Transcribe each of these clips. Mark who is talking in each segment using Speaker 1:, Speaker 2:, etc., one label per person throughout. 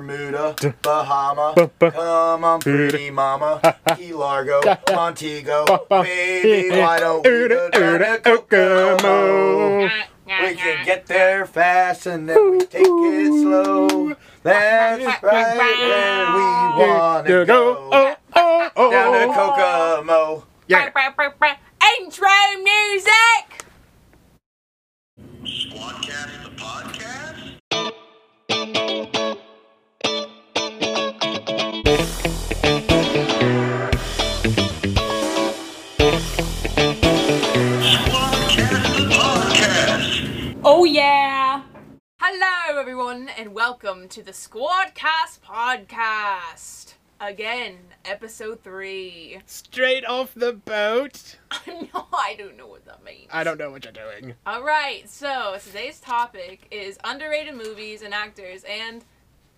Speaker 1: Bermuda, Bahama, come on, pretty mama, Key Largo, Montego, baby, why don't we go down to Kokomo? We can get there fast and then we take it slow. That's right where we want to go.
Speaker 2: Oh, oh, oh.
Speaker 1: Down to Kokomo.
Speaker 2: Yeah.
Speaker 3: Intro music.
Speaker 4: Squadcast the podcast? Squadcast the podcast.
Speaker 3: Oh yeah. Hello everyone and welcome to the Squadcast podcast. Again, episode 3.
Speaker 2: Straight off the boat.
Speaker 3: no, I don't know what that means.
Speaker 2: I don't know what you're doing.
Speaker 3: All right. So, today's topic is underrated movies and actors and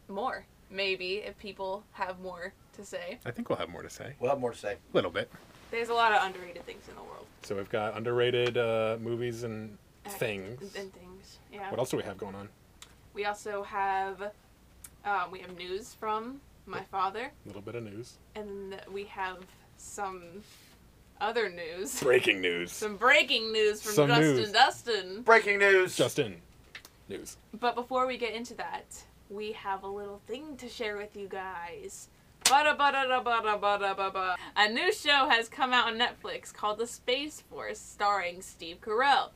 Speaker 3: more, maybe if people have more to say.
Speaker 2: I think we'll have more to say.
Speaker 1: We'll have more to say.
Speaker 2: A little bit.
Speaker 3: There's a lot of underrated things in the world.
Speaker 2: So we've got underrated uh, movies and
Speaker 3: Act-
Speaker 2: things.
Speaker 3: And things. Yeah.
Speaker 2: What else do we have going on?
Speaker 3: We also have um, we have news from my father,
Speaker 2: A little bit of news.
Speaker 3: and we have some other news,
Speaker 2: Breaking news.
Speaker 3: some breaking news from
Speaker 2: Some
Speaker 3: Justin
Speaker 2: news.
Speaker 3: Dustin.
Speaker 1: Breaking news.
Speaker 2: Justin. News.
Speaker 3: But before we get into that, we have a little thing to share with you guys. Bada bada da bada bada ba ba. A new show has come out on Netflix called The Space Force, starring Steve Carell.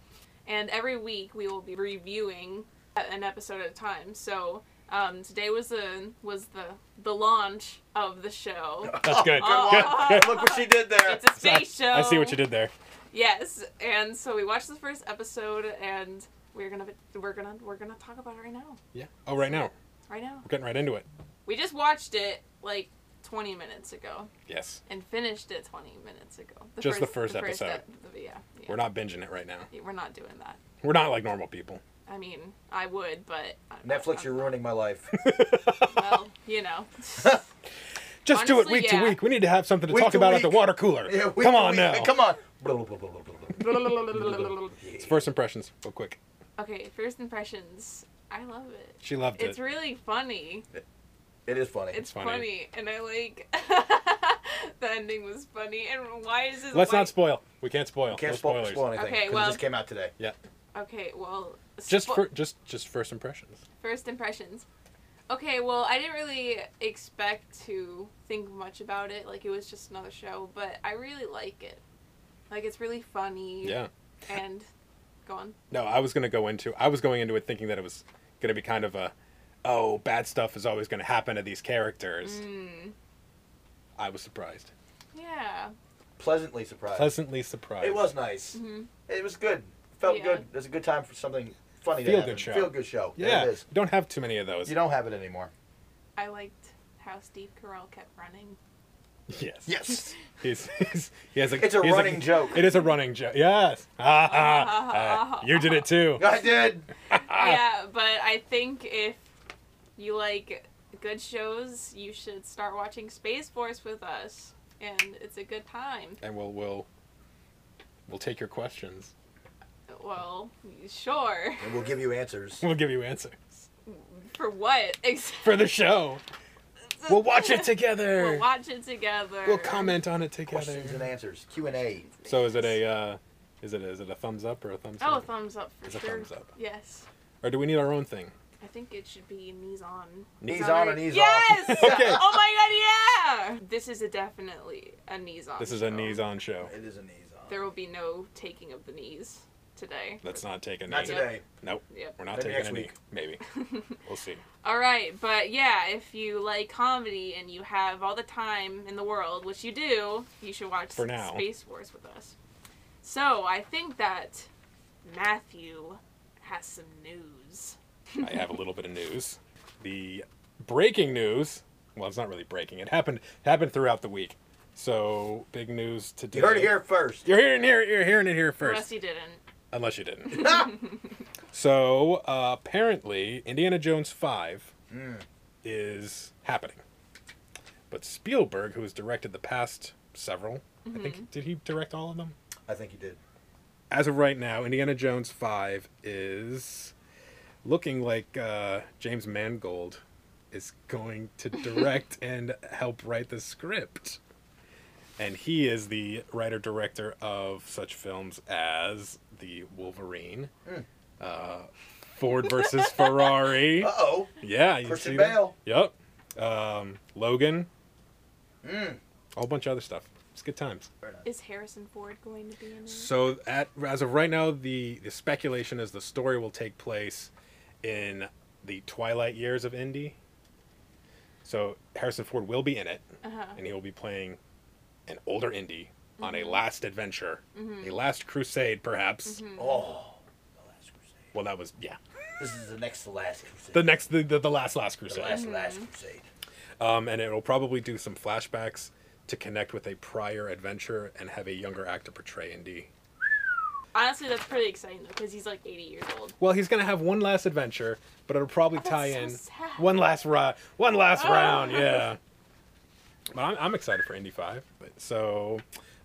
Speaker 3: And every week we will be reviewing an episode at a time. So um, today was the was the the launch of the show.
Speaker 2: That's good.
Speaker 3: Oh.
Speaker 2: Good, good.
Speaker 1: Look what she did there.
Speaker 3: It's a space show.
Speaker 2: I see what you did there.
Speaker 3: Yes, and so we watched the first episode, and we're gonna we're gonna we're gonna talk about it right now.
Speaker 2: Yeah. Oh, right now.
Speaker 3: Right now.
Speaker 2: We're getting right into it.
Speaker 3: We just watched it like 20 minutes ago
Speaker 2: Yes.
Speaker 3: and finished it 20 minutes ago.
Speaker 2: Just the first episode.
Speaker 3: ep- the- yeah, yeah.
Speaker 2: We're not binging it right now.
Speaker 3: We're not doing that.
Speaker 2: We're not like normal people.
Speaker 3: I mean, I would, but I'm not-
Speaker 1: Netflix, you're
Speaker 3: I'm-
Speaker 1: ruining my life.
Speaker 3: Well, you know.
Speaker 2: Just do it
Speaker 3: Honestly,
Speaker 2: week
Speaker 3: yeah.
Speaker 2: to week. We need to have something to
Speaker 1: Week
Speaker 2: talk
Speaker 1: to
Speaker 2: about at the
Speaker 1: week.
Speaker 2: water cooler.
Speaker 1: Yeah, we-
Speaker 2: come on
Speaker 1: we-
Speaker 2: now.
Speaker 1: Come on.
Speaker 2: It's first impressions, real quick.
Speaker 3: okay, first impressions. I love it.
Speaker 2: She loved
Speaker 3: It's
Speaker 2: it.
Speaker 3: really funny.
Speaker 1: It is funny.
Speaker 3: It's funny.
Speaker 2: funny.
Speaker 3: and I like the ending was funny. And why is this?
Speaker 2: Let's
Speaker 3: white-
Speaker 2: not spoil. We can't spoil.
Speaker 1: can't
Speaker 2: no
Speaker 1: spoil,
Speaker 2: spoilers.
Speaker 1: spoil anything
Speaker 3: Okay,
Speaker 1: 'cause
Speaker 3: well-
Speaker 1: it just came out today.
Speaker 2: Yeah.
Speaker 3: Okay, well,
Speaker 2: Just
Speaker 3: spo-
Speaker 2: for just just first impressions.
Speaker 3: First impressions. Okay, well, I didn't really expect to think much about it. Like, it was just another show, but I really like it. Like, it's really funny.
Speaker 2: Yeah.
Speaker 3: And go on.
Speaker 2: No, I was gonna go into I was going into it thinking that it was gonna be kind of a oh, bad stuff is always gonna happen to these characters.
Speaker 3: Mm.
Speaker 2: I was surprised.
Speaker 3: Yeah.
Speaker 1: Pleasantly surprised.
Speaker 2: Pleasantly surprised.
Speaker 1: It was nice. It was good. Felt
Speaker 3: Mm-hmm. Yeah.
Speaker 1: good. It was a good time for something funny. to
Speaker 2: Feel good
Speaker 1: happen.
Speaker 2: show.
Speaker 1: Feel good show. There
Speaker 2: Yeah.
Speaker 1: it is.
Speaker 2: We don't have too many of those.
Speaker 1: You don't have it anymore.
Speaker 3: I liked how Steve Carell kept running.
Speaker 2: Yes.
Speaker 1: Yes.
Speaker 2: He's, he's, he has a,
Speaker 1: It's a
Speaker 2: he has
Speaker 1: running joke.
Speaker 2: It is a running joke. Yes. Ah, ah, ah. you did it too.
Speaker 1: I did.
Speaker 2: Ah.
Speaker 3: Yeah, but I think if you like good shows, you should start watching Space Force with us. And it's a good time.
Speaker 2: And we'll we'll we'll take your questions.
Speaker 3: Well, sure.
Speaker 1: And we'll give you answers.
Speaker 2: We'll give you answers
Speaker 3: For what? Except
Speaker 2: for the show. We'll watch it together.
Speaker 3: We'll watch it together.
Speaker 2: We'll comment on it together.
Speaker 1: Questions and answers. Q and A.
Speaker 2: So is it a uh, is it is it a thumbs up or a thumbs
Speaker 3: Oh, a
Speaker 2: up?
Speaker 3: thumbs up for
Speaker 2: It's a
Speaker 3: sure.
Speaker 2: thumbs up.
Speaker 3: Yes,
Speaker 2: Or do we need our own thing?
Speaker 3: I think it should be knees on.
Speaker 1: Knees
Speaker 3: Is that
Speaker 1: on
Speaker 3: right?
Speaker 1: or knees
Speaker 3: yes!
Speaker 1: off?
Speaker 2: Okay.
Speaker 3: Oh my god, yeah! This is a definitely a knees on.
Speaker 2: This is a
Speaker 3: show.
Speaker 2: knees on show.
Speaker 1: It is a knees on.
Speaker 3: There will be no taking of the knees today.
Speaker 2: Let's not take a knee.
Speaker 1: Not today.
Speaker 2: Nope.
Speaker 3: Yep.
Speaker 2: We're not
Speaker 1: Maybe
Speaker 2: taking
Speaker 1: next
Speaker 2: a knee.
Speaker 1: week.
Speaker 2: Maybe. we'll see.
Speaker 3: All right, but yeah, if you like comedy and you have all the time in the world, which you do, you should watch
Speaker 2: For now.
Speaker 3: Space Wars with us. So I think that Matthew has some news.
Speaker 2: I have a little bit of news. The breaking news. Well, it's not really breaking. It happened happened throughout the week. So big news today.
Speaker 1: You heard it here first.
Speaker 2: You're hearing here. You're hearing it here first.
Speaker 3: Unless you didn't.
Speaker 2: Unless you didn't.
Speaker 1: Ah!
Speaker 2: So uh, apparently, Indiana Jones Five is happening, but Spielberg, who has directed the past several, I think, did he direct all of them?
Speaker 1: I think you did.
Speaker 2: As of right now, Indiana Jones Five is looking like uh, James Mangold is going to direct and help write the script. And he is the writer director of such films as The Wolverine,
Speaker 1: Hmm.
Speaker 2: uh, Ford versus Ferrari.
Speaker 1: Uh oh.
Speaker 2: Yeah, you
Speaker 1: Christian
Speaker 2: see that?
Speaker 1: Bale.
Speaker 2: Yep. Um, Logan.
Speaker 1: Hmm.
Speaker 2: A whole bunch of other stuff. It's good times.
Speaker 3: Is Harrison Ford going to be in it?
Speaker 2: So at as of right now, the, the speculation is the story will take place in the twilight years of Indy. So Harrison Ford will be in it,
Speaker 3: Uh-huh.
Speaker 2: and he will be playing an older Indy on
Speaker 1: Mm-hmm.
Speaker 2: a last adventure, a last crusade, perhaps.
Speaker 1: Oh. The Last Crusade.
Speaker 2: Well, that was yeah,
Speaker 1: This is the next to last crusade.
Speaker 2: the next the the, the last last crusade.
Speaker 1: The last to
Speaker 3: Mm-hmm.
Speaker 1: last crusade.
Speaker 2: um, and it'll probably do some flashbacks to connect with a prior adventure and have a younger actor portray Indy.
Speaker 3: Honestly, that's pretty exciting though, because he's like 80 years old.
Speaker 2: Well, he's gonna have one last adventure, but it'll probably
Speaker 3: that's
Speaker 2: tie
Speaker 3: so
Speaker 2: in
Speaker 3: sad.
Speaker 2: one last ri- one last
Speaker 3: Oh.
Speaker 2: round. Yeah. But I'm, I'm excited for Indy Five. But so,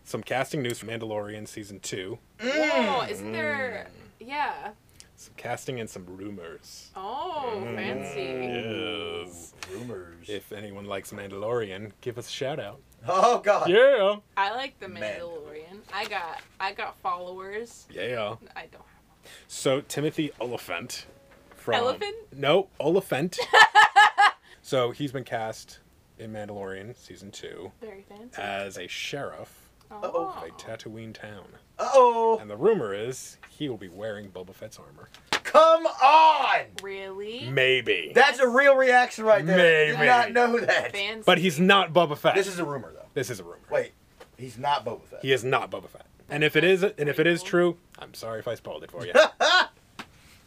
Speaker 2: some casting news from Mandalorian season two.
Speaker 3: Whoa, isn't there?
Speaker 2: Mm.
Speaker 3: Yeah.
Speaker 2: Some casting and some rumors.
Speaker 3: Oh, fancy.
Speaker 2: Mm. Yes.
Speaker 1: Rumors.
Speaker 2: If anyone likes Mandalorian, give us a shout out.
Speaker 1: oh God.
Speaker 2: Yeah.
Speaker 3: I like the
Speaker 1: Man.
Speaker 3: Mandalorian. I got I got followers.
Speaker 2: Yeah.
Speaker 3: I don't.
Speaker 2: So Timothy Oliphant from
Speaker 3: Elephant?
Speaker 2: No, Oliphant. so he's been cast in Mandalorian season two
Speaker 3: Very fancy.
Speaker 2: as a sheriff
Speaker 3: Oh.
Speaker 1: Uh-oh.
Speaker 2: of a Tatooine town.
Speaker 1: Uh oh.
Speaker 2: And the rumor is he will be wearing Boba Fett's armor.
Speaker 1: Come on.
Speaker 3: Really?
Speaker 2: Maybe.
Speaker 1: That's a real reaction right there. I
Speaker 2: Maybe.
Speaker 1: Did not know that.
Speaker 3: fancy.
Speaker 2: But he's not Boba Fett.
Speaker 1: This is a rumor though.
Speaker 2: this is a rumor.
Speaker 1: Wait, he's not Boba Fett.
Speaker 2: He is not Boba Fett. And if it is and if it is true, I'm sorry if I spoiled it for you.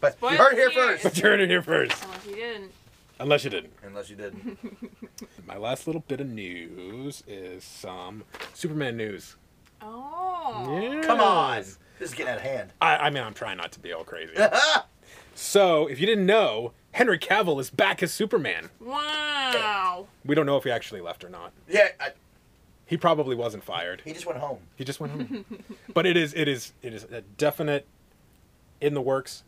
Speaker 1: But you heard it here first.
Speaker 2: but you heard it here first.
Speaker 3: Unless you Oh, didn't.
Speaker 2: Unless you didn't.
Speaker 1: Unless you didn't.
Speaker 2: My last little bit of news is some Superman news.
Speaker 3: Oh.
Speaker 1: Come on.
Speaker 2: Yes.
Speaker 1: This is getting out of hand.
Speaker 2: I, I mean, I'm trying not to be all crazy. so, if you didn't know, Henry Cavill is back as Superman.
Speaker 3: Wow.
Speaker 2: We don't know if he actually left or not.
Speaker 1: Yeah, I,
Speaker 2: He probably wasn't fired.
Speaker 1: he just went home.
Speaker 2: He just went home. but it is, it is, it is a definite in the works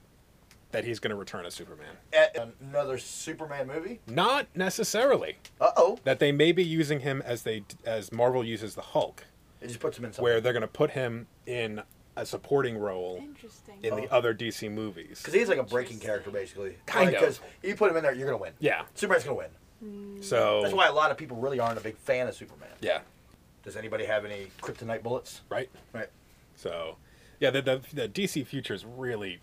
Speaker 2: that he's going to return as Superman.
Speaker 1: At another Superman movie?
Speaker 2: Not necessarily
Speaker 1: Uh oh.
Speaker 2: that they may be using him as they as Marvel uses the Hulk,
Speaker 1: It just puts him in something.
Speaker 2: where they're going to put him in a supporting role
Speaker 3: Interesting.
Speaker 2: in the other DC movies.
Speaker 1: Because he's like a breaking character, basically.
Speaker 2: Kind of.
Speaker 1: Because you put him in there, you're going to win.
Speaker 2: Yeah.
Speaker 1: Superman's going to win.
Speaker 2: So
Speaker 1: That's why a lot of people really aren't a big fan of Superman.
Speaker 2: yeah,
Speaker 1: Does anybody have any kryptonite bullets?
Speaker 2: right.
Speaker 1: Right.
Speaker 2: So, yeah, the, the, the DC future is really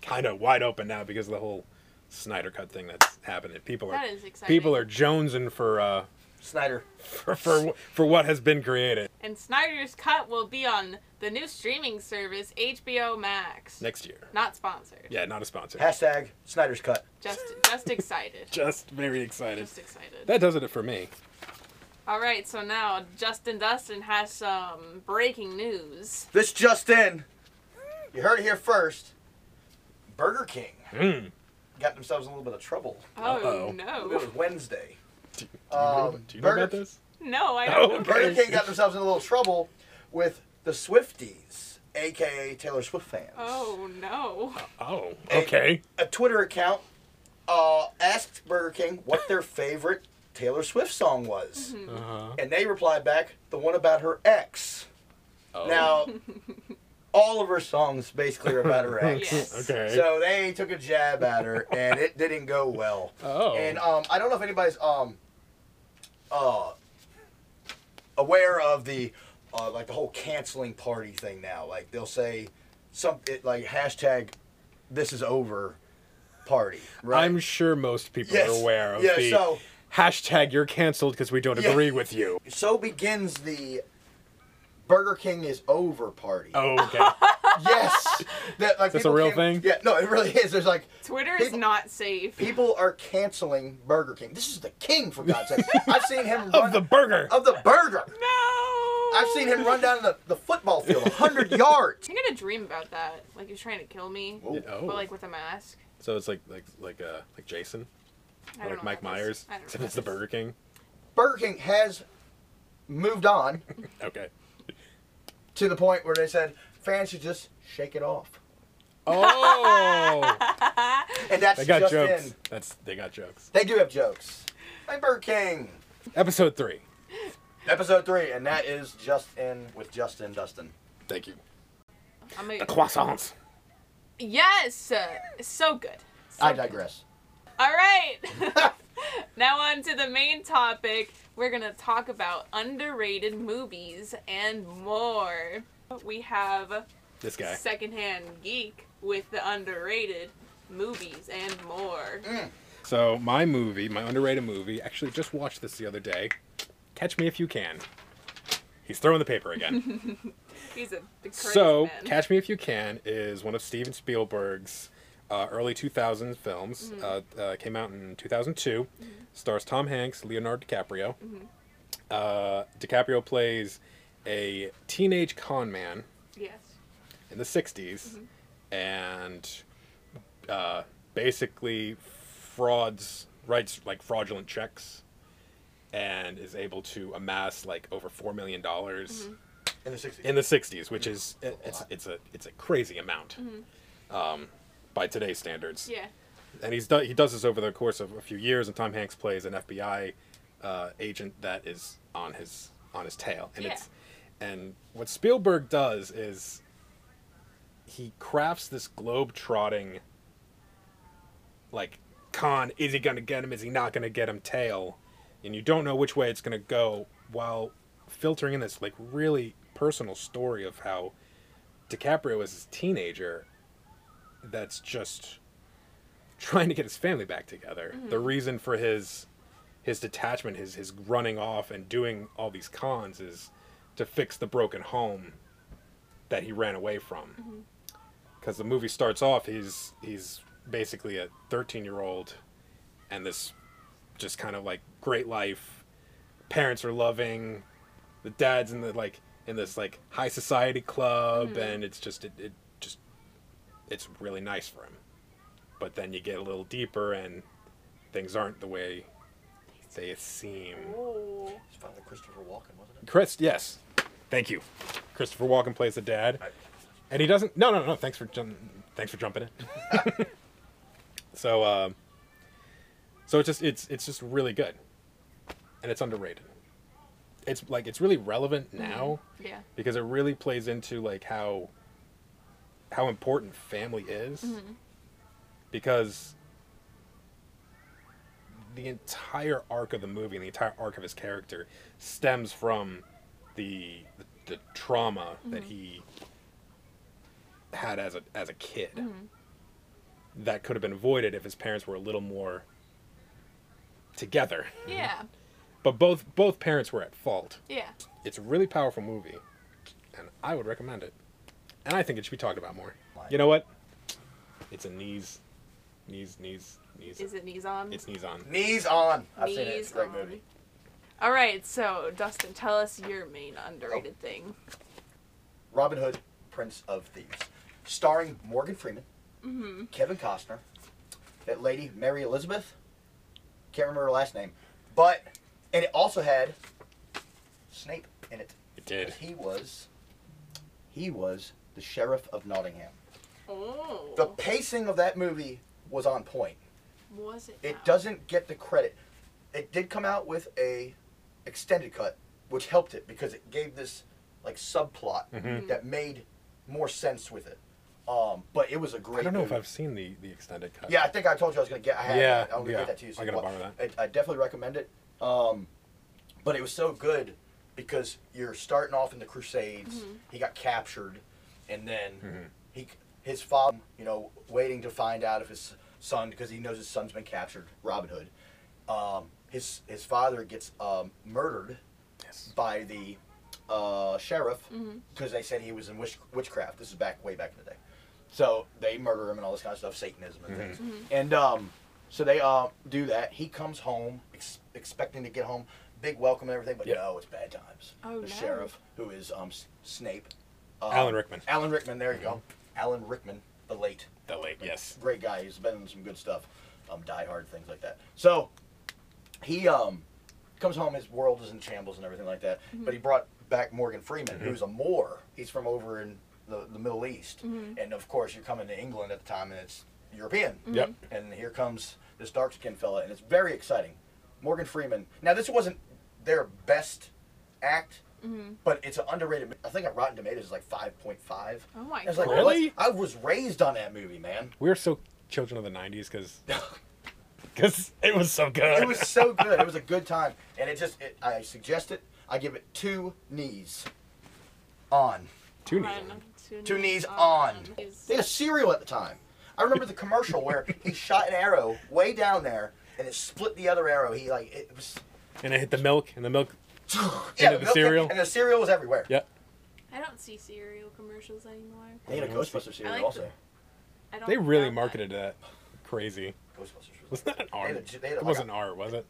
Speaker 2: kind of wide open now because of the whole Snyder cut thing that's happening. People are
Speaker 3: That is exciting.
Speaker 2: people are jonesing for uh
Speaker 1: Snyder.
Speaker 2: for, for for what has been created
Speaker 3: And Snyder's Cut will be on the new streaming service HBO Max.
Speaker 2: next year.
Speaker 3: Not sponsored.
Speaker 2: Yeah, not a sponsor.
Speaker 1: Hashtag Snyder's cut.
Speaker 3: Just just excited.
Speaker 2: Just very excited.
Speaker 3: just excited.
Speaker 2: That does it for me.
Speaker 3: All right, so now Justin Dustin has some breaking news.
Speaker 1: This just in. You heard it here first. Burger King
Speaker 2: Mm.
Speaker 1: got themselves in a little bit of trouble.
Speaker 3: Oh
Speaker 2: Uh-oh.
Speaker 1: It was
Speaker 3: no.
Speaker 1: Wednesday.
Speaker 2: Do, do you, know,
Speaker 1: Um,
Speaker 2: do you know about
Speaker 1: Burger-
Speaker 2: this?
Speaker 3: No, I
Speaker 2: Oh,
Speaker 3: don't. know.
Speaker 1: Burger King got themselves in a little trouble with the Swifties, aka Taylor Swift fans.
Speaker 3: Oh no.
Speaker 2: Oh,
Speaker 1: Hey.
Speaker 2: okay.
Speaker 1: A Twitter account uh, asked Burger King what their favorite Taylor Swift song was,
Speaker 3: Mm-hmm.
Speaker 2: Uh-huh.
Speaker 1: and they replied back, "The one about her ex."
Speaker 2: Oh.
Speaker 1: Now, all of her songs basically are about her ex.
Speaker 3: Yes.
Speaker 2: Okay.
Speaker 1: So they took a jab at her, and it didn't go well.
Speaker 2: oh.
Speaker 1: And um, I don't know if anybody's um, uh, aware of the uh, like the whole canceling party thing now. Like they'll say something like hashtag this is over party. Right.
Speaker 2: I'm sure most people
Speaker 1: Yes.
Speaker 2: are aware of
Speaker 1: Yeah,
Speaker 2: the
Speaker 1: so-
Speaker 2: hashtag you're canceled because we don't
Speaker 1: Yeah.
Speaker 2: agree with you.
Speaker 1: so begins the Burger King is over party.
Speaker 2: Oh, okay.
Speaker 1: Yes. that like
Speaker 2: Is this a
Speaker 1: people
Speaker 2: real
Speaker 1: can't-
Speaker 2: thing?
Speaker 1: Yeah. No, it really is. There's like
Speaker 3: Twitter is
Speaker 1: People-
Speaker 3: not safe.
Speaker 1: people are canceling Burger King. This is the king for God's sake. I've seen him run
Speaker 2: of the burger.
Speaker 1: of the burger.
Speaker 3: No.
Speaker 1: I've seen him run down the, the football field 100 yards.
Speaker 3: I think I had a dream about that. Like he was trying to kill me,
Speaker 1: Oh.
Speaker 2: Oh.
Speaker 3: but like with a mask.
Speaker 2: so it's like like like uh like Jason,
Speaker 3: I
Speaker 2: or
Speaker 3: don't know
Speaker 2: like Mike
Speaker 3: what that
Speaker 2: Myers,
Speaker 3: is. I don't know
Speaker 2: except
Speaker 3: what
Speaker 2: it's the
Speaker 3: that is.
Speaker 2: Burger King.
Speaker 1: Burger King has moved on
Speaker 2: Okay.
Speaker 1: to the point where they said fans should just shake it off.
Speaker 2: Oh,
Speaker 1: And that's
Speaker 2: they got
Speaker 1: just
Speaker 2: jokes.
Speaker 1: in.
Speaker 2: That's they got jokes.
Speaker 1: They do have jokes. Like Burger King.
Speaker 2: Episode three.
Speaker 1: Episode three, and that is Just In with Justin Dustin.
Speaker 2: Thank you.
Speaker 3: I'm a-
Speaker 2: Croissants.
Speaker 3: yes, so good. So
Speaker 1: I
Speaker 3: good.
Speaker 1: digress.
Speaker 3: All right. now on to the main topic. We're going to talk about underrated movies and more. We have
Speaker 2: This guy.
Speaker 3: Secondhand Geek with the underrated movies and more.
Speaker 2: So my movie, my underrated movie, actually just watched this the other day. Catch me if you can. He's throwing the paper again.
Speaker 3: He's a big crazy
Speaker 2: so
Speaker 3: man.
Speaker 2: Catch Me If You Can is one of Steven Spielberg's uh, early 2000s films. Uh, uh, came out in 2002. Stars Tom Hanks, Leonardo DiCaprio. Uh, DiCaprio plays a teenage con man
Speaker 3: yes.
Speaker 2: in the 60s and uh, basically frauds writes like fraudulent checks and is able to amass like over 4 million dollars
Speaker 1: In the 60s.
Speaker 2: in the 60s which is it, it's
Speaker 1: lot.
Speaker 2: it's a it's a crazy amount um, by today's standards
Speaker 3: Yeah.
Speaker 2: and he's do, he does this over the course of a few years and Tom Hanks plays an FBI uh, agent that is on his on his tail and
Speaker 3: Yeah.
Speaker 2: it's and what Spielberg does is he crafts this globe trotting like con is he gonna get him is he not gonna get him tail and you don't know which way it's gonna go while filtering in this like really personal story of how DiCaprio is a teenager that's just trying to get his family back together. The reason for his his detachment, his his running off and doing all these cons is to fix the broken home that he ran away from. Because the movie starts off, he's he's basically a 13 year old, and this just kind of like great life. Parents are loving, the dad's in the like in this like high society club, and it's just it, it just it's really nice for him but then you get a little deeper and things aren't the way they seem.
Speaker 3: Oh.
Speaker 1: It's finally Christopher Walken, wasn't it?
Speaker 2: Chris, yes, thank you. Christopher Walken plays the dad, and he doesn't. No, no, no. Thanks for jump, thanks for jumping in. so, um, so it's just it's it's just really good, and it's underrated. It's like it's really relevant now
Speaker 3: Yeah.
Speaker 2: because it really plays into like how how important family is because the entire arc of the movie and the entire arc of his character stems from the the, the trauma that he had as a as a kid that could have been avoided if his parents were a little more together
Speaker 3: Yeah.
Speaker 2: but both both parents were at fault
Speaker 3: Yeah.
Speaker 2: it's a really powerful movie, and I would recommend it. And I think it should be talked about more.
Speaker 1: Why?
Speaker 2: You know what? It's a knees, knees, knees, knees.
Speaker 3: Is it knees on?
Speaker 2: It's knees on.
Speaker 1: Knees on. I've seen it. It's
Speaker 3: Knees
Speaker 1: a great
Speaker 3: on.
Speaker 1: movie.
Speaker 3: All right, so Dustin, tell us your main underrated
Speaker 1: Oh.
Speaker 3: thing.
Speaker 1: Robin Hood, Prince of Thieves, starring Morgan Freeman, Kevin Costner, that lady Mary Elizabeth. Can't remember her last name, but and it also had Snape in it.
Speaker 2: It did.
Speaker 1: 'cause He was he was the sheriff of Nottingham.
Speaker 3: Oh.
Speaker 1: The pacing of that movie was on point.
Speaker 3: was it?
Speaker 1: It
Speaker 3: now?
Speaker 1: doesn't get the credit. It did come out with a extended cut, which helped it because it gave this like subplot
Speaker 2: Mm-hmm.
Speaker 1: that made more sense with it. Um, but it was a great.
Speaker 2: I don't know if
Speaker 1: movie.
Speaker 2: I've seen the the extended cut.
Speaker 1: Yeah, I think I told you I was gonna get. I had
Speaker 2: Yeah,
Speaker 1: that. I'm gonna
Speaker 2: yeah.
Speaker 1: get that to you.
Speaker 2: I gotta borrow that.
Speaker 1: I, I definitely recommend it. Um, but it was so good because you're starting off in the Crusades. He got captured, and then
Speaker 2: Mm-hmm.
Speaker 1: he his father, you know, waiting to find out if his son because he knows his son's been captured. Robin Hood. Um, his his father gets um, murdered
Speaker 2: Yes.
Speaker 1: by the uh, sheriff
Speaker 3: Mm-hmm.
Speaker 1: because they said he was in witch- witchcraft. This is back way back in the day. So they murder him and all this kind of stuff, Satanism and things.
Speaker 3: Mm-hmm.
Speaker 1: And um, so they uh, do that. He comes home ex- expecting to get home, big welcome and everything, but
Speaker 2: Yep.
Speaker 1: no, it's bad times.
Speaker 3: Oh,
Speaker 1: the
Speaker 3: no.
Speaker 1: sheriff, who is um, S- Snape. Um,
Speaker 2: Alan Rickman. Mm-hmm.
Speaker 1: Alan Rickman, there you go. Alan Rickman, the late
Speaker 2: The late. Yes.
Speaker 1: great guy. He's been in some good stuff, um, Die Hard things like that. So he um, comes home. His
Speaker 3: Mm-hmm.
Speaker 2: Mm-hmm.
Speaker 1: world is in shambles and everything like that. But he brought back Morgan Freeman, who's a Moor. He's from over in the, the Middle East,
Speaker 3: Mm-hmm.
Speaker 1: and of course you're coming to England at the time, and it's European.
Speaker 2: Yep.
Speaker 1: And here comes this dark skinned fella, and it's very exciting. Morgan Freeman. Now, this wasn't their best act,
Speaker 3: Mm-hmm.
Speaker 1: but it's an underrated. I think on Rotten Tomatoes is like 5.5.
Speaker 3: Oh my
Speaker 1: I was like,
Speaker 3: God.
Speaker 1: what?
Speaker 2: Really?
Speaker 1: I was raised on that movie, man.
Speaker 2: We were so children of the '90s because because it was so good.
Speaker 1: It was so good. It was a good time, and it just. It, I suggest it. I give it two knees. On.
Speaker 2: Two knees.
Speaker 3: Run,
Speaker 1: Two knees on. They had a cereal at the time. I remember the commercial where he shot an arrow way down there, and it split the other arrow. He like it was.
Speaker 2: And I hit the milk, and the milk.
Speaker 1: Yeah,
Speaker 2: Into the
Speaker 1: milk-
Speaker 2: cereal?
Speaker 1: And the cereal was everywhere.
Speaker 2: Yep.
Speaker 3: I don't see cereal commercials anymore.
Speaker 1: They had a Ghostbuster cereal
Speaker 3: like
Speaker 1: also.
Speaker 3: the- I don't
Speaker 2: They really
Speaker 3: doubt that.
Speaker 2: marketed that crazy.
Speaker 1: Ghostbusters.
Speaker 2: Was that an
Speaker 1: They had a-
Speaker 2: art?
Speaker 1: they had a-
Speaker 2: It wasn't art, was it?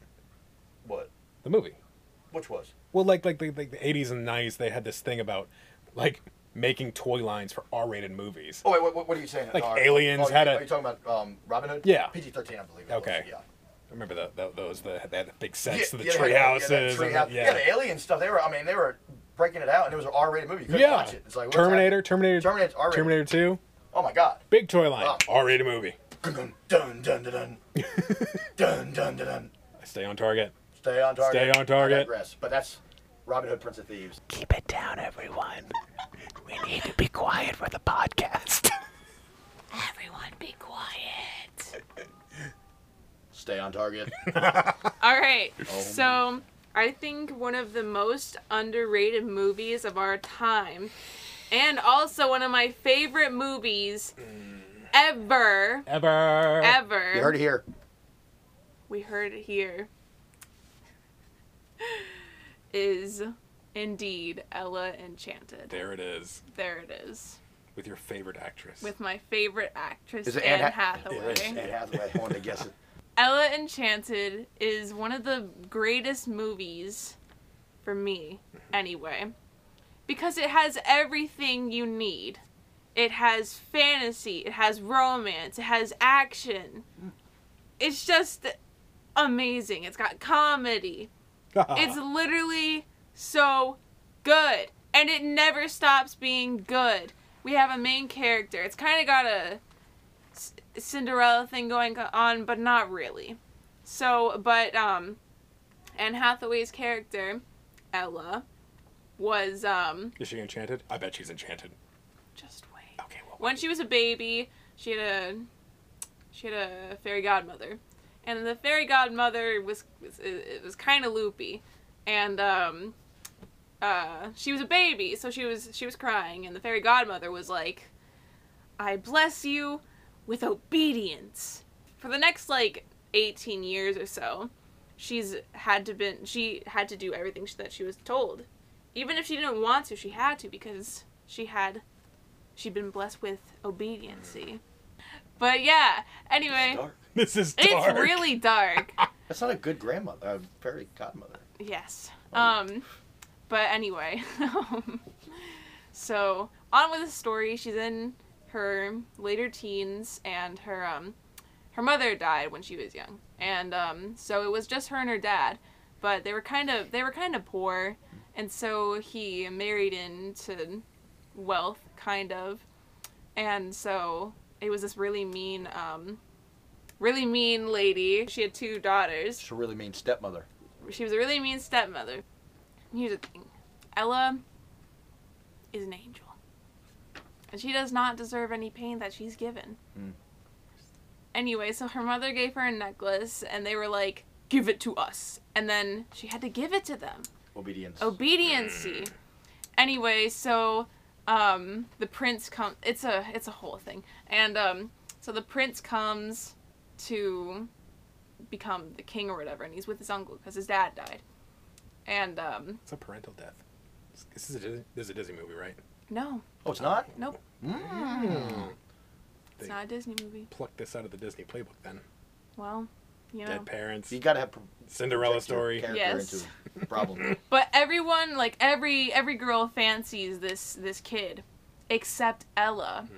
Speaker 1: What?
Speaker 2: The movie.
Speaker 1: Which was?
Speaker 2: Well, like like the, like the '80s and '90s, they had this thing about like making toy lines for R-rated movies.
Speaker 1: Oh wait, what, what are you saying?
Speaker 2: Like
Speaker 1: Uh,
Speaker 2: aliens
Speaker 1: oh, you-
Speaker 2: had a-
Speaker 1: Are you talking about um, Robin Hood?
Speaker 2: Yeah.
Speaker 1: PG thirteen, I believe. It
Speaker 2: Okay.
Speaker 1: Was. Yeah.
Speaker 2: Remember the, the, those the, they had the big sets of the
Speaker 1: yeah,
Speaker 2: tree
Speaker 1: yeah,
Speaker 2: houses.
Speaker 1: Yeah, that
Speaker 2: and
Speaker 1: tree
Speaker 2: the-
Speaker 1: house- yeah,
Speaker 2: yeah.
Speaker 1: the alien stuff. They were. I mean, they were breaking it out, and it was an R-rated movie. You couldn't
Speaker 2: Yeah.
Speaker 1: watch it. It's like what's
Speaker 2: Terminator,
Speaker 1: happening?
Speaker 2: Terminator,
Speaker 1: Terminator's R-rated.
Speaker 2: Terminator Two,
Speaker 1: Oh my god.
Speaker 2: big toy line,
Speaker 1: Oh.
Speaker 2: R-rated movie.
Speaker 1: Dun dun dun dun dun dun dun dun. dun.
Speaker 2: I stay on target.
Speaker 1: Stay on target.
Speaker 2: Stay on target.
Speaker 1: I digress, but that's Robin Hood, Prince of Thieves.
Speaker 5: Keep it down, everyone. We need to be quiet for the podcast.
Speaker 3: Everyone be quiet.
Speaker 1: Stay on target.
Speaker 3: All right.
Speaker 1: Oh.
Speaker 3: So, I think one of the most underrated movies of our time and also one of my favorite movies ever
Speaker 2: Ever.
Speaker 3: ever.
Speaker 1: you heard Mm. it here.
Speaker 3: we heard it here is indeed Ella Enchanted.
Speaker 2: There it is,
Speaker 3: There it is.
Speaker 2: with your favorite actress.
Speaker 3: With my favorite actress,
Speaker 1: Is it
Speaker 3: Anne
Speaker 1: Anne Ha-
Speaker 3: Hathaway.
Speaker 1: Anne Hathaway. I wanted to guess it.
Speaker 3: Ella Enchanted is one of the greatest movies for me, anyway, because it has everything you need. It has fantasy, it has romance, it has action. It's just amazing. It's got comedy. It's literally so good. And it never stops being good. We have a main character. It's kind of got a C- Cinderella thing going on, but not really. So, but, um, Anne Hathaway's character, Ella, was, um,
Speaker 2: is she enchanted? I bet she's enchanted.
Speaker 3: just wait
Speaker 2: Okay, well,
Speaker 3: when she was a baby, she had a she had a fairy godmother, and the fairy godmother was, was it was kind of loopy, and um, uh, she was a baby, so she was she was crying, and the fairy godmother was like, "I bless you with obedience." For the next like eighteen years or so, she's had to been she had to do everything that she was told, even if she didn't want to, she had to because she had she'd been blessed with obediency. But yeah, anyway,
Speaker 1: Dark.
Speaker 2: this is
Speaker 3: it's,
Speaker 2: dark.
Speaker 3: really dark.
Speaker 1: That's not a good grandmother. Uh, fairy godmother.
Speaker 3: yes. Um but anyway. so, on with the story. She's in her later teens and her um her mother died when she was young. And um so it was just her and her dad, but they were kind of they were kind of poor. And so he married into wealth kind of and so it was this really mean um really mean lady she had two daughters
Speaker 1: She really mean stepmother.
Speaker 3: she was a really mean stepmother here's the thing ella is an angel and she does not deserve any pain that she's given
Speaker 1: Mm.
Speaker 3: anyway so her mother gave her a necklace and they were like give it to us and then she had to give it to them
Speaker 1: Obedience.
Speaker 3: obediency. Anyway, so um, the prince comes. It's a it's a whole thing, and um, so the prince comes to become the king or whatever, and he's with his uncle because his dad died. And um,
Speaker 2: It's a parental death. It's- This is a Disney, this is a Disney movie, right?
Speaker 3: no,
Speaker 1: oh, it's not.
Speaker 3: nope,
Speaker 1: Mm.
Speaker 3: it's
Speaker 2: They-
Speaker 3: not a Disney movie.
Speaker 2: Pluck this out of the Disney playbook, then.
Speaker 3: Well, you know.
Speaker 2: Dead parents,
Speaker 1: You gotta have pro-
Speaker 2: Cinderella
Speaker 1: project your
Speaker 2: story.
Speaker 1: Character
Speaker 3: Yes.
Speaker 1: Into a problem.
Speaker 3: But everyone, like every every girl, fancies this this kid, except Ella.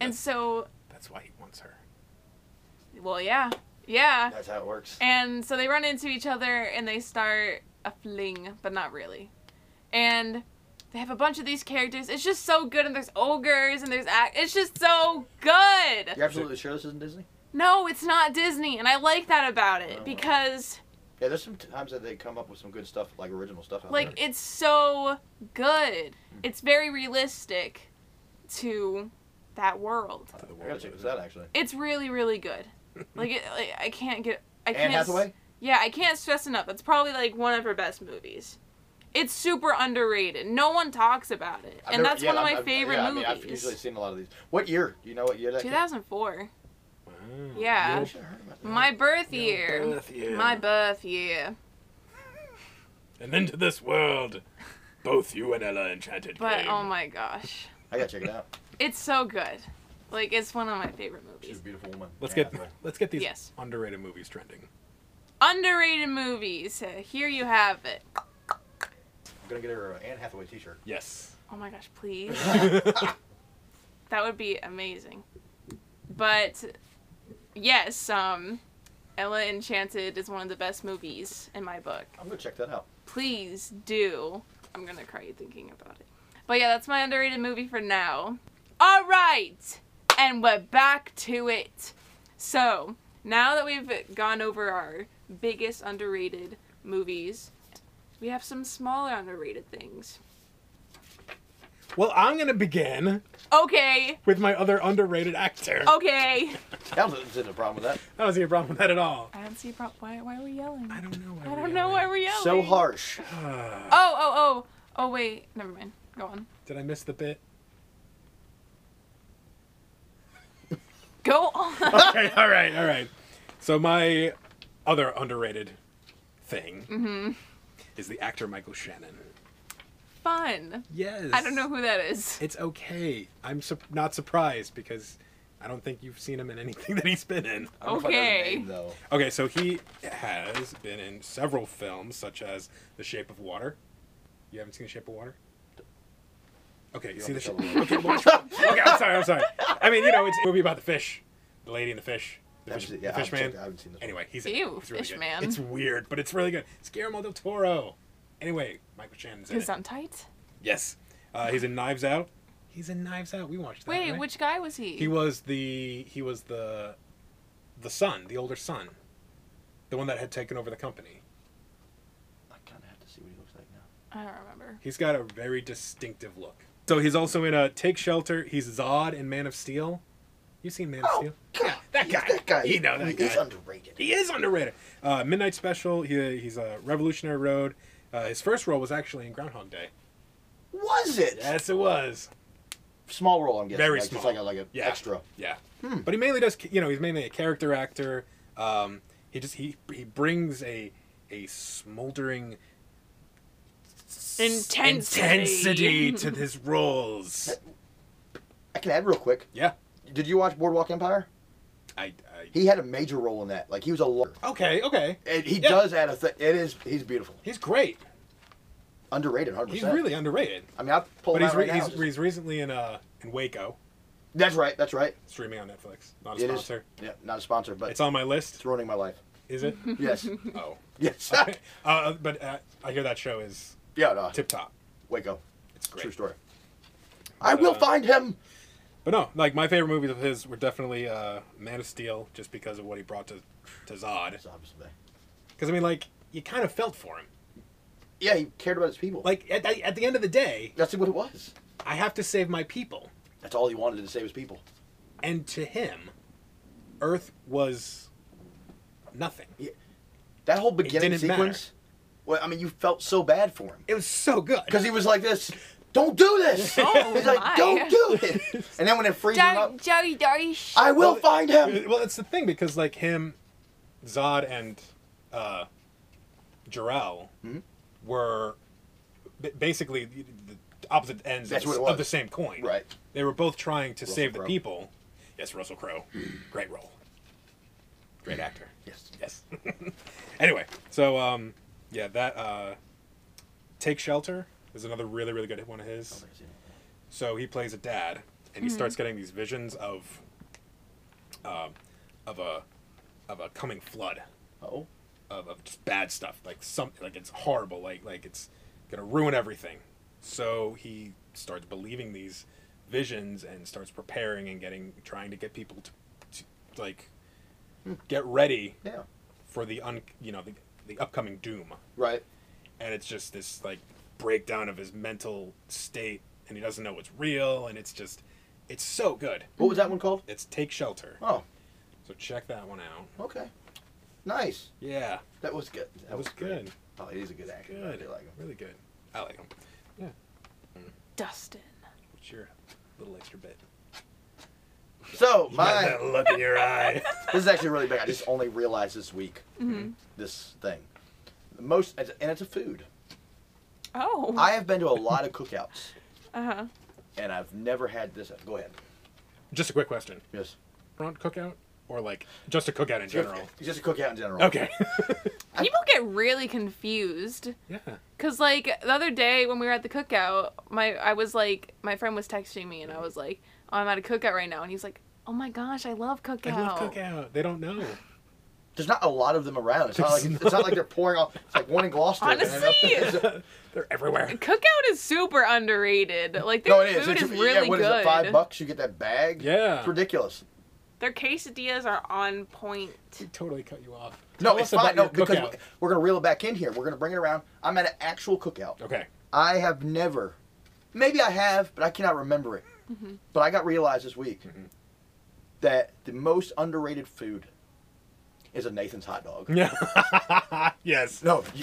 Speaker 3: and so,
Speaker 2: Hmm, That's why he wants her.
Speaker 3: well, yeah, yeah.
Speaker 1: That's how it works.
Speaker 3: And so they run into each other and they start a fling, but not really. And They have a bunch of these characters. It's just so good, and there's ogres, and there's act. It's just so good.
Speaker 1: You're absolutely sure this isn't Disney?
Speaker 3: No, it's not Disney, and I like that about it
Speaker 1: Oh.
Speaker 3: because
Speaker 1: Yeah, there's some times that they come up with some good stuff, like original stuff out
Speaker 3: like
Speaker 1: there.
Speaker 3: it's so good. It's very realistic to that world.
Speaker 2: to the
Speaker 1: I gotta
Speaker 2: world.
Speaker 1: check this out actually.
Speaker 3: It's really really good. Like, it, like I can't get I
Speaker 1: Anne
Speaker 3: can't s-
Speaker 1: Hathaway?
Speaker 3: Yeah, I can't stress enough. It's probably like one of her best movies. It's super underrated. No one talks about it,
Speaker 1: I've never-
Speaker 3: and that's
Speaker 1: yeah,
Speaker 3: one of
Speaker 1: I've-
Speaker 3: my
Speaker 1: I've-
Speaker 3: favorite
Speaker 1: yeah, I mean,
Speaker 3: movies.
Speaker 1: I've usually seen a lot of these. What year? Do you know what year that came?
Speaker 3: 2004.
Speaker 2: Wow.
Speaker 3: Yeah.
Speaker 1: I should have heard about that.
Speaker 3: My birth year. My birth year.
Speaker 2: And into this world, both you and Ella enchanted
Speaker 3: But
Speaker 2: came.
Speaker 3: oh my gosh.
Speaker 1: I gotta check it out.
Speaker 3: It's so good. Like it's one of my favorite
Speaker 1: She's a
Speaker 3: movies.
Speaker 1: beautiful woman.
Speaker 2: let's
Speaker 1: Anne
Speaker 2: get
Speaker 1: Hathaway.
Speaker 2: let's get these
Speaker 3: Yes.
Speaker 2: underrated movies trending.
Speaker 3: Underrated movies. Uh, Here you have it.
Speaker 1: I'm gonna get her an Anne Hathaway T-shirt.
Speaker 2: Yes.
Speaker 3: Oh my gosh, please. that would be amazing. But yes, um Ella Enchanted is one of the best movies in my book.
Speaker 1: I'm gonna check that out.
Speaker 3: Please do. I'm gonna cry thinking about it. But yeah, that's my underrated movie for now. All right, and we're back to it. So now that we've gone over our biggest underrated movies, we have some smaller underrated things.
Speaker 2: Well, I'm gonna begin
Speaker 3: Okay,
Speaker 2: with my other underrated actor.
Speaker 3: Oh. okay.
Speaker 1: That was isn't a problem with that.
Speaker 2: I don't see a problem with that at all.
Speaker 3: I don't see a problem. Why, why are we yelling?
Speaker 2: I don't know. Why
Speaker 3: I don't know why we're yelling.
Speaker 1: So harsh.
Speaker 3: Oh, oh, oh. Oh, wait. Never mind. Go on.
Speaker 2: Did I miss the bit?
Speaker 3: Go on.
Speaker 2: okay, all right, all right. So my other underrated thing is the actor Michael Shannon.
Speaker 3: Fun.
Speaker 2: Yes.
Speaker 3: I don't know who that is.
Speaker 2: It's okay. I'm su- not surprised because I don't think you've seen him in anything that he's been in.
Speaker 1: I don't know if I know the
Speaker 3: Okay.
Speaker 1: name, though.
Speaker 2: Okay, so he has been in several films, such as The Shape of Water. You haven't seen The Shape of Water? Okay, you see the
Speaker 1: don't
Speaker 2: shape.
Speaker 1: think
Speaker 2: Okay, well, okay, I'm sorry, I'm sorry. I mean, you know, it's a movie about the fish, the lady and the fish, the
Speaker 1: I've
Speaker 2: fish,
Speaker 1: seen-
Speaker 2: the
Speaker 1: yeah, I've
Speaker 2: fish man.
Speaker 1: checked- I haven't seen this. one.
Speaker 2: Anyway, he's
Speaker 3: Ew,
Speaker 2: he's really
Speaker 3: fish
Speaker 2: good.
Speaker 3: man.
Speaker 2: It's weird, but it's really good. It's Guillermo del Toro. Anyway, Michael Shannon's in
Speaker 3: Is
Speaker 2: it.
Speaker 3: on tight?
Speaker 2: Yes, uh, he's in Knives Out. He's in Knives Out. We watched that.
Speaker 3: Wait,
Speaker 2: right?
Speaker 3: which guy was he?
Speaker 2: He was the he was the the son, the older son, the one that had taken over the company.
Speaker 1: I kind of have to see what he looks like now.
Speaker 3: I don't remember.
Speaker 2: He's got a very distinctive look. So he's also in a Take Shelter. He's Zod in Man of Steel. You seen Man of
Speaker 3: Oh!
Speaker 2: Steel?
Speaker 1: God,
Speaker 2: that guy.
Speaker 1: That guy.
Speaker 2: You know that
Speaker 1: he
Speaker 2: guy.
Speaker 1: is underrated.
Speaker 2: He is underrated. Uh, Midnight Special. He, he's a Revolutionary Road. Uh, his first role was actually in Groundhog Day.
Speaker 1: Was it?
Speaker 2: Yes, it was.
Speaker 1: Small role, I'm guessing.
Speaker 2: Very
Speaker 1: like, Just
Speaker 2: small.
Speaker 1: like a, like a
Speaker 2: Yeah.
Speaker 1: extra.
Speaker 2: Yeah.
Speaker 1: Hmm.
Speaker 2: But he mainly does. You know, he's mainly a character actor. Um, he just he he brings a a smoldering s-
Speaker 3: Intensity.
Speaker 2: intensity to his roles.
Speaker 1: I can add real quick.
Speaker 2: Yeah.
Speaker 1: Did you watch Boardwalk Empire?
Speaker 2: I. I
Speaker 1: He had a major role in that. Like he was a lawyer.
Speaker 2: Okay, okay.
Speaker 1: And he
Speaker 2: Yeah.
Speaker 1: does add a thing. It is. He's beautiful.
Speaker 2: He's great.
Speaker 1: Underrated, hundred
Speaker 2: He's
Speaker 1: percent.
Speaker 2: really underrated.
Speaker 1: I mean, I pull
Speaker 2: But
Speaker 1: him
Speaker 2: he's,
Speaker 1: out
Speaker 2: re-
Speaker 1: right now.
Speaker 2: he's, he's recently in uh in Waco,
Speaker 1: That's right. That's right.
Speaker 2: streaming on Netflix. Not a
Speaker 1: It is.
Speaker 2: sponsor.
Speaker 1: Yeah, not a sponsor, but
Speaker 2: It's on my list.
Speaker 1: it's ruining my life.
Speaker 2: Is it?
Speaker 1: Yes.
Speaker 2: oh.
Speaker 1: yes.
Speaker 2: Uh, but uh, I hear that show is
Speaker 1: yeah. No.
Speaker 2: tip top.
Speaker 1: Waco.
Speaker 2: It's great.
Speaker 1: True story. I will
Speaker 2: uh,
Speaker 1: find him.
Speaker 2: But no, like my favorite movies of his were definitely uh, Man of Steel, just because of what he brought to to Zod.
Speaker 1: It's obvious, man.
Speaker 2: Because I mean, like you kind of felt for him.
Speaker 1: Yeah, he cared about his people.
Speaker 2: Like at, at the end of the day,
Speaker 1: that's what it was.
Speaker 2: I have to save my people,
Speaker 1: That's all he wanted to save his people.
Speaker 2: and to him, Earth was nothing.
Speaker 1: That whole beginning
Speaker 2: didn't matter.
Speaker 1: sequence. Well, I mean, you felt so bad for him
Speaker 2: It was so good.
Speaker 1: because he was like this. Don't do this.
Speaker 3: Oh,
Speaker 1: He's like,
Speaker 3: my.
Speaker 1: don't do this. And then when it frees him up,
Speaker 3: Joey, Joey Darsh.
Speaker 1: I will find him.
Speaker 2: well, it's the thing because like him, Zod and uh, Jarrell
Speaker 1: Hmm?
Speaker 2: were b- basically the the opposite ends of,
Speaker 1: That's
Speaker 2: the-
Speaker 1: what it
Speaker 2: of the
Speaker 1: was.
Speaker 2: same coin.
Speaker 1: Right.
Speaker 2: They were both trying to save
Speaker 1: Crowe.
Speaker 2: the people. Yes, Russell Crowe. Great role. Great actor.
Speaker 1: Yes.
Speaker 2: Yes. anyway, so um, yeah, that uh, Take Shelter is another really really good one of his. So he plays a dad, and he starts getting these visions of, um, of a, of a coming flood
Speaker 1: Oh,
Speaker 2: of, of just bad stuff, like some like it's horrible, like like it's gonna ruin everything. So he starts believing these visions and starts preparing and getting, trying to get people to, to like, get ready
Speaker 1: Yeah.
Speaker 2: for the un, you know, the, the upcoming doom.
Speaker 1: Right.
Speaker 2: And it's just this like breakdown of his mental state, and he doesn't know what's real, and it's just, it's so good.
Speaker 1: What was that one called?
Speaker 2: It's Take Shelter.
Speaker 1: Oh,
Speaker 2: So check that one out.
Speaker 1: okay. Nice.
Speaker 2: Yeah,
Speaker 1: That was good.
Speaker 2: that was
Speaker 1: great.
Speaker 2: good.
Speaker 1: Oh, he's a good actor. I
Speaker 2: Good,
Speaker 1: do like him.
Speaker 2: really good. I like him.
Speaker 3: Dustin.
Speaker 2: What's your little extra bit?
Speaker 1: So
Speaker 2: You got
Speaker 1: my
Speaker 2: that look in your eye.
Speaker 1: this is actually really big. I just only realized this week
Speaker 3: Mhm.
Speaker 1: this thing. The most and it's a food.
Speaker 3: Oh.
Speaker 1: I have been to a lot of cookouts
Speaker 3: uh huh.
Speaker 1: and I've never had this. Go ahead.
Speaker 2: Just a quick question:
Speaker 1: Yes.
Speaker 2: front cookout or like just a cookout in general?
Speaker 1: Just a cookout in general.
Speaker 2: Okay.
Speaker 3: People get really confused.
Speaker 2: yeah.
Speaker 3: Cause like the other day when we were at the cookout, my I was like my friend was texting me and I was like, oh, I'm at a cookout right now, and he's like, oh my gosh, I love cookout.
Speaker 2: I love cookout. They don't know.
Speaker 1: There's not a lot of them around. It's not like it's not like they're pouring off. It's like one in Gloucester. and then-
Speaker 3: Honestly.
Speaker 2: They're everywhere.
Speaker 3: Cookout is super underrated. Like their
Speaker 1: no, it is.
Speaker 3: food
Speaker 1: It's,
Speaker 3: is really
Speaker 1: yeah, what is
Speaker 3: good.
Speaker 1: it? Five bucks? You get that bag?
Speaker 2: Yeah.
Speaker 1: It's ridiculous.
Speaker 3: Their quesadillas are on point.
Speaker 2: totally cut you off.
Speaker 1: No,
Speaker 2: Tell
Speaker 1: it's
Speaker 2: us
Speaker 1: fine.
Speaker 2: about
Speaker 1: No,
Speaker 2: your
Speaker 1: because
Speaker 2: cookout.
Speaker 1: we're, we're gonna reel it back in here. We're gonna bring it around. I'm at an actual cookout.
Speaker 2: Okay.
Speaker 1: I have never, maybe I have, but I cannot remember it.
Speaker 3: Mm-hmm.
Speaker 1: But I got realized this week
Speaker 2: Mm-hmm.
Speaker 1: that the most underrated food is a Nathan's hot dog.
Speaker 2: Yeah. yes.
Speaker 1: No, you,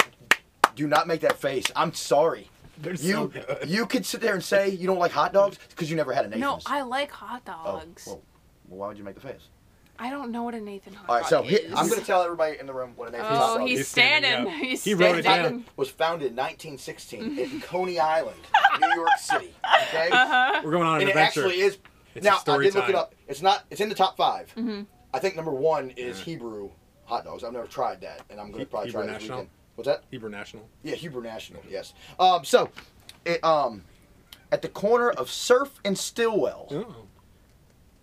Speaker 1: do not make that face. I'm sorry.
Speaker 2: They're so
Speaker 1: You
Speaker 2: good.
Speaker 1: you could sit there and say you don't like hot dogs because you never had a Nathan's.
Speaker 3: No, I like hot
Speaker 1: Oh,
Speaker 3: dogs.
Speaker 1: well, well, why would you make the face?
Speaker 3: I don't know what a Nathan hot
Speaker 1: All right,
Speaker 3: dog
Speaker 1: so
Speaker 3: is.
Speaker 1: here, I'm going to tell everybody in the room what a Nathan's hot
Speaker 3: Oh,
Speaker 1: dog
Speaker 3: he's
Speaker 1: is.
Speaker 2: He's standing
Speaker 3: standing.
Speaker 2: up.
Speaker 3: He's
Speaker 2: He
Speaker 3: standing.
Speaker 2: wrote it
Speaker 1: Nathan's
Speaker 2: down.
Speaker 1: was founded in 1916 in Coney Island, New York City. Okay,
Speaker 3: Uh-huh.
Speaker 2: We're going on an
Speaker 1: and it
Speaker 2: adventure.
Speaker 1: actually is.
Speaker 2: It's a
Speaker 1: now I
Speaker 2: story
Speaker 1: did look it
Speaker 2: time.
Speaker 1: up. It's not. It's in the top 5
Speaker 3: Mm-hmm.
Speaker 1: I think number one is Hebrew hot dogs. I've never tried that, and I'm going
Speaker 2: He-
Speaker 1: to probably
Speaker 2: Hebrew
Speaker 1: try it this
Speaker 2: National?
Speaker 1: weekend. What's that?
Speaker 2: Hebrew National.
Speaker 1: Yeah, Hebrew National. Yes. Um, so, it, um, at the corner of Surf and Stillwell
Speaker 2: Oh.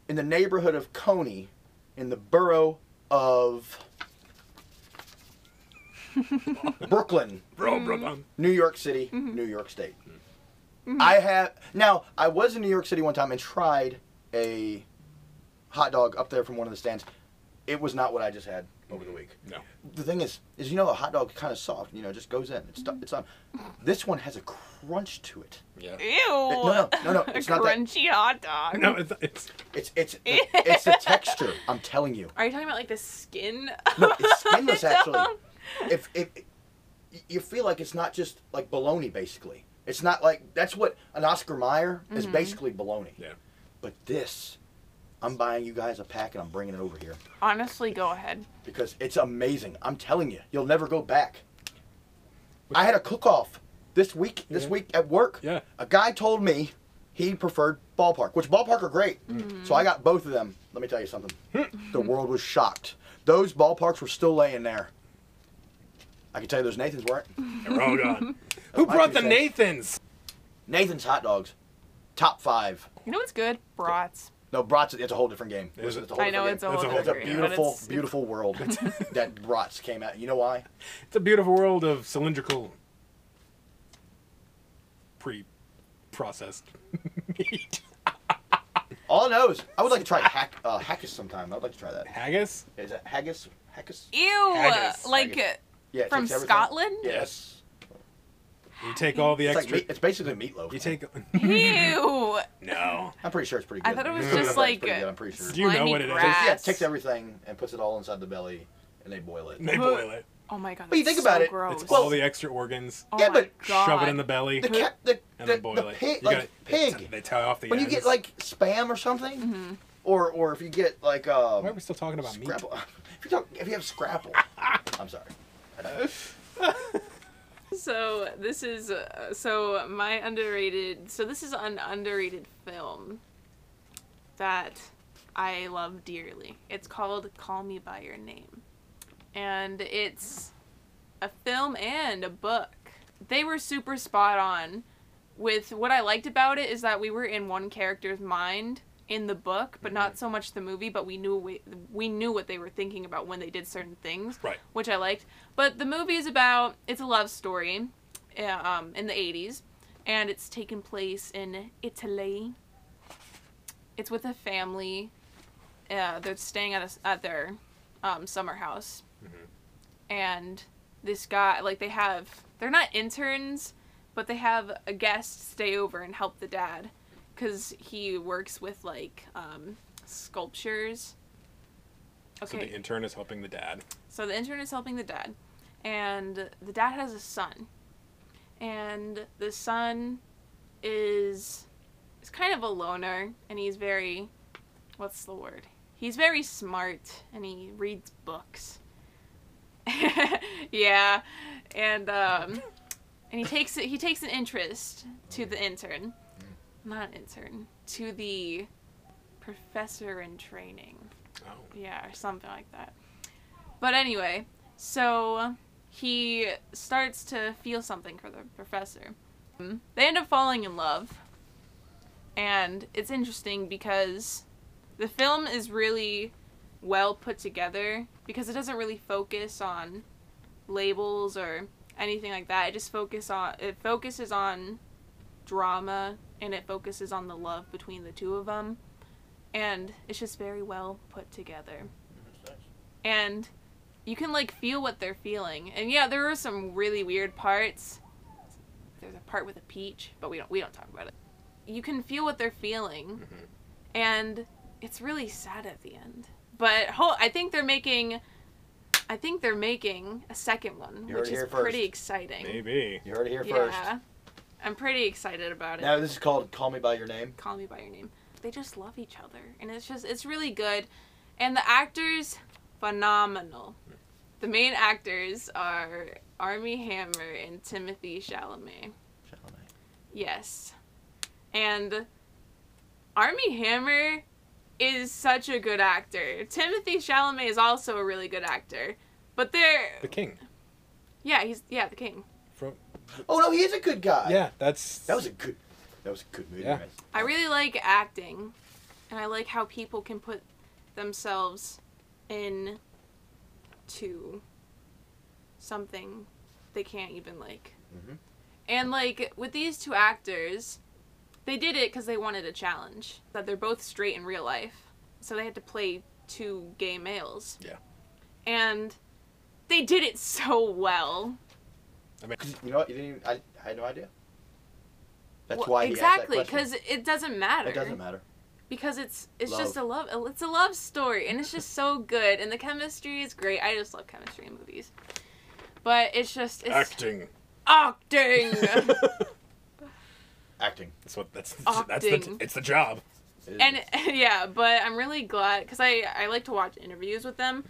Speaker 1: in the neighborhood of Coney, in the borough of Brooklyn,
Speaker 2: Bro, bro, bro.
Speaker 1: New York City, New York State. I have now. I was in New York City one time and tried a hot dog up there from one of the stands. It was not what I just had over the week.
Speaker 2: No.
Speaker 1: The thing is, is you know a hot dog kind of soft. You know, just goes in. It's stu- it's on. This one has a crunch to it.
Speaker 2: Yeah.
Speaker 3: Ew.
Speaker 1: No, no, no, no. It's not that.
Speaker 3: Crunchy hot dog.
Speaker 2: No, it's, it's
Speaker 1: It's it's it's the texture. I'm telling you.
Speaker 3: Are you talking about like the skin?
Speaker 1: No, it's skinless actually. If if y- you feel like it's not just like bologna, basically. It's not like that's what an Oscar Mayer is basically bologna.
Speaker 2: yeah.
Speaker 1: But this, I'm buying you guys a pack and I'm bringing it over here
Speaker 3: Honestly, go ahead.
Speaker 1: because it's amazing. I'm telling you, you'll never go back. I had a cook-off this week. This
Speaker 2: Yeah.
Speaker 1: week at work,
Speaker 2: Yeah.
Speaker 1: a guy told me he preferred ballpark, which ballpark are great.
Speaker 3: Mm.
Speaker 1: So I got both of them. Let me tell you something.
Speaker 3: Hmm.
Speaker 1: the world was shocked. Those ballparks were still laying there. I can tell you those Nathan's weren't.
Speaker 2: They're all gone. Who
Speaker 1: my
Speaker 2: brought
Speaker 1: two
Speaker 2: the Nathans?
Speaker 1: Nathan's hot dogs, top five.
Speaker 3: You know what's good? Brats.
Speaker 1: No, brats. It's a whole different game.
Speaker 2: Is it?
Speaker 1: It's a whole
Speaker 3: I know
Speaker 1: different
Speaker 3: it's a
Speaker 1: game.
Speaker 2: That's
Speaker 3: whole
Speaker 2: a whole
Speaker 1: It's a
Speaker 3: different-
Speaker 2: different-
Speaker 3: but
Speaker 1: beautiful,
Speaker 3: it's-
Speaker 1: beautiful world that brats came out. You know why?
Speaker 2: It's a beautiful world of cylindrical, pre-processed meat.
Speaker 1: All I know is I would like to try hack, uh, haggis sometime. I'd like to try that.
Speaker 2: Haggis?
Speaker 1: Is it haggis? Haggis?
Speaker 3: Ew.
Speaker 2: Haggis.
Speaker 3: Like
Speaker 1: Haggis. Yeah. it
Speaker 3: from
Speaker 1: takes everything.
Speaker 3: Scotland?
Speaker 1: Yes.
Speaker 2: You take all the
Speaker 1: It's like
Speaker 2: extra.
Speaker 1: meat, it's basically meatloaf.
Speaker 2: you take.
Speaker 3: Ew.
Speaker 2: no.
Speaker 1: I'm pretty sure it's pretty good.
Speaker 3: I thought it was
Speaker 1: Meatloaf's
Speaker 3: just like
Speaker 1: pretty good, I'm pretty sure.
Speaker 2: Do you know
Speaker 3: slimy
Speaker 2: what it is?
Speaker 3: grass.
Speaker 1: yeah, it takes everything and puts it all inside the belly and they boil it.
Speaker 2: They boil it.
Speaker 3: Oh my god.
Speaker 1: But you
Speaker 3: that's
Speaker 1: think about
Speaker 3: so
Speaker 1: it,
Speaker 3: Gross.
Speaker 2: It's all the extra organs.
Speaker 3: oh
Speaker 1: Yeah,
Speaker 3: my
Speaker 1: but
Speaker 3: god.
Speaker 2: Shove it in the belly
Speaker 1: The cat, the,
Speaker 2: and
Speaker 1: the,
Speaker 2: then boil
Speaker 1: the
Speaker 2: it.
Speaker 1: pig,
Speaker 2: You
Speaker 1: like
Speaker 2: gotta-
Speaker 1: pig.
Speaker 2: They tie off the
Speaker 1: when you
Speaker 2: ends.
Speaker 1: get like spam or something,
Speaker 3: Mm-hmm.
Speaker 1: or or if you get like um,
Speaker 2: Why are we still talking about meat?
Speaker 1: scrapple. If you, talk, if you have scrapple, I'm sorry. I don't know.
Speaker 3: So this is uh, so my underrated. So this is an underrated film that I love dearly. It's called Call Me by Your Name, and it's a film and a book. They were super spot on with what I liked about it is that we were in one character's mind in the book, but not so much the movie. But we knew we, we knew what they were thinking about when they did certain things,
Speaker 2: Right.
Speaker 3: which I liked. But the movie is about it's a love story, uh, um, in the '80s, and it's taking place in Italy. It's with a family. Uh, they're staying at a s at their um, summer house,
Speaker 2: Mm-hmm.
Speaker 3: and this guy like they have they're not interns, but they have a guest stay over and help the dad, because he works with like um, sculptures.
Speaker 2: So the intern is helping the dad.
Speaker 3: So the intern is helping the dad, and the dad has a son, and the son is is kind of a loner, and he's very, what's the word? He's very smart, and he reads books. yeah, and um, and he takes it. He takes an interest to the intern, not intern, to the professor in training.
Speaker 2: Oh.
Speaker 3: Yeah, or something like that. But anyway, so he starts to feel something for the professor. Mm. They end up falling in love. And it's interesting because the film is really well put together because it doesn't really focus on labels or anything like that. It just focus on it focuses on drama and it focuses on the love between the two of them and it's just very well put together. And you can like feel what they're feeling. And yeah, there are some really weird parts. There's a part with a peach, but we don't we don't talk about it. You can feel what they're feeling,
Speaker 6: Mm-hmm.
Speaker 3: and it's really sad at the end. But ho- I think they're making, I think they're making a second one,
Speaker 6: You heard
Speaker 3: which
Speaker 6: it
Speaker 3: is
Speaker 6: here first.
Speaker 3: pretty exciting.
Speaker 2: Maybe.
Speaker 6: You heard it here
Speaker 3: Yeah, I'm pretty excited about it.
Speaker 6: first. Now this is called "Call Me by Your Name."
Speaker 3: call me by your name they just love each other and it's just it's really good and the actors phenomenal the main actors are army hammer and timothy chalamet yes and army hammer is such a good actor timothy chalamet is also a really good actor but they're
Speaker 2: The king.
Speaker 3: yeah he's yeah the king
Speaker 2: From
Speaker 6: Oh no, he is a good guy.
Speaker 2: Yeah, that's
Speaker 6: That was a good. That was a good movie.
Speaker 2: Yeah.
Speaker 6: man.
Speaker 3: I really like acting, and I like how people can put themselves in to something they can't even like.
Speaker 6: Mhm.
Speaker 3: And like with these two actors, they did it because they wanted a challenge. That they're both straight in real life, so they had to play two gay males.
Speaker 2: Yeah.
Speaker 3: And they did it so well.
Speaker 2: I mean,
Speaker 6: 'Cause You know what? You didn't. Even, I, I had no idea. That's
Speaker 3: Well,
Speaker 6: why he
Speaker 3: exactly
Speaker 6: asked that question.
Speaker 3: because it doesn't matter.
Speaker 6: it doesn't matter.
Speaker 3: because it's it's
Speaker 6: Love.
Speaker 3: just a love it's a love story and it's just so good and the chemistry is great. I just love chemistry in movies. But it's just it's
Speaker 2: acting.
Speaker 3: acting.
Speaker 6: Acting.
Speaker 2: That's what. That's that's the.
Speaker 3: Acting.
Speaker 2: It's the job.
Speaker 6: It is-
Speaker 3: and yeah, but I'm really glad cuz I I like to watch interviews with them.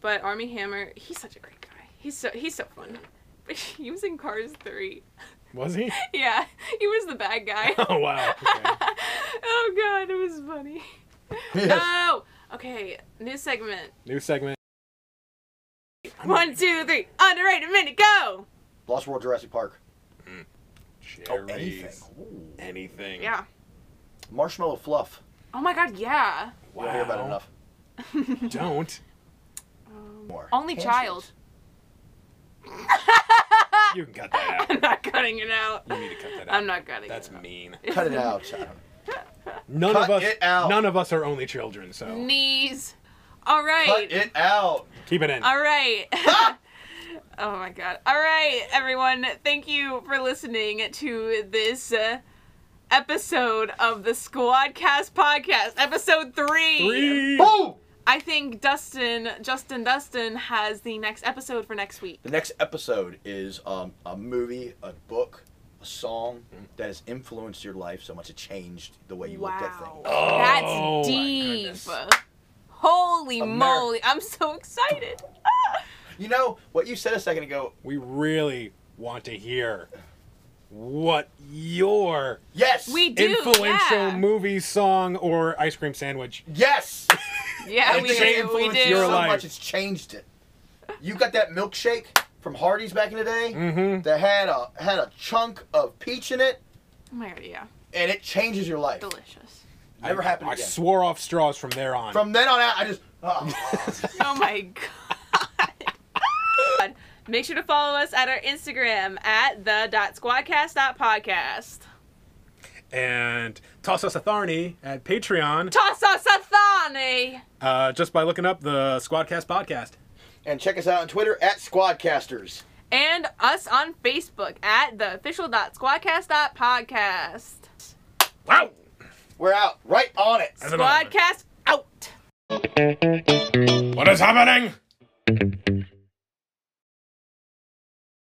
Speaker 3: But Army Hammer, he's such a great guy. He's so he's so fun. But he was in Cars 3.
Speaker 2: Was he?
Speaker 3: Yeah, he was the bad guy.
Speaker 2: Oh wow. Okay.
Speaker 3: oh god, it was funny. uh, No. Okay, new segment.
Speaker 2: New segment.
Speaker 3: One, two, three. Underrated minute. Go.
Speaker 6: Lost World Jurassic Park. Oh,
Speaker 2: Cherries.
Speaker 6: Ooh.
Speaker 2: Anything.
Speaker 3: Yeah.
Speaker 6: Marshmallow Fluff.
Speaker 3: Oh my God. Yeah.
Speaker 6: We don't hear about it
Speaker 2: Wow.
Speaker 6: enough.
Speaker 2: Don't.
Speaker 6: More.
Speaker 3: Only
Speaker 6: Handshakes.
Speaker 3: child.
Speaker 2: You can cut that out.
Speaker 3: I'm not cutting it out.
Speaker 2: You need to cut that out.
Speaker 3: I'm not cutting
Speaker 2: That's
Speaker 3: it. out.
Speaker 2: mean.
Speaker 6: Cut it out, child.
Speaker 2: None
Speaker 6: Cut
Speaker 2: of us.
Speaker 6: it out.
Speaker 2: None of us are only children, so
Speaker 3: Knees. All
Speaker 6: Cut
Speaker 3: right.
Speaker 6: it out.
Speaker 2: keep it in.
Speaker 3: All right. oh my god. All right, everyone. Thank you for listening to this uh, episode of the Squadcast podcast, episode
Speaker 2: Three.
Speaker 6: Boom!
Speaker 3: I think Dustin, Justin, Dustin has the next episode for next week.
Speaker 6: The next episode is um, a movie, a book, a song that has influenced your life so much it changed the way you looked at things.
Speaker 2: Oh, my
Speaker 3: That's deep.
Speaker 2: goodness.
Speaker 3: Holy
Speaker 6: Amer-
Speaker 3: moly. I'm so excited. Ah!
Speaker 6: You know what you said a second ago?
Speaker 2: We really want to hear what your
Speaker 6: Yes.
Speaker 3: We do.
Speaker 2: influential
Speaker 3: yeah.
Speaker 2: movie, song, or ice cream sandwich.
Speaker 6: Yes.
Speaker 3: Yeah,
Speaker 2: It
Speaker 3: we
Speaker 2: did
Speaker 3: do. We
Speaker 2: influence
Speaker 3: do. Oh
Speaker 2: your
Speaker 6: so
Speaker 2: life.
Speaker 6: much it's changed it. You got that milkshake from Hardee's back in the day
Speaker 2: Mm-hmm.
Speaker 6: that had a had a chunk of peach in it,
Speaker 3: Oh my god, yeah.
Speaker 6: and it changes your life.
Speaker 3: Delicious.
Speaker 6: Never happened
Speaker 2: I
Speaker 6: again.
Speaker 2: swore off straws from there on.
Speaker 6: From then on out, I just. uh,
Speaker 3: Oh my Oh god. Make sure to follow us at our Instagram at the.squadcast.podcast.
Speaker 2: And toss us a tharny at Patreon
Speaker 3: Toss us a thani!
Speaker 2: uh, just by looking up the Squadcast podcast.
Speaker 6: And check us out on Twitter at Squadcasters.
Speaker 3: And us on Facebook at the official.squadcast.podcast.
Speaker 2: Wow!
Speaker 6: We're out. Right on it.
Speaker 2: That's an honor.
Speaker 3: Squadcast out!
Speaker 2: What is happening?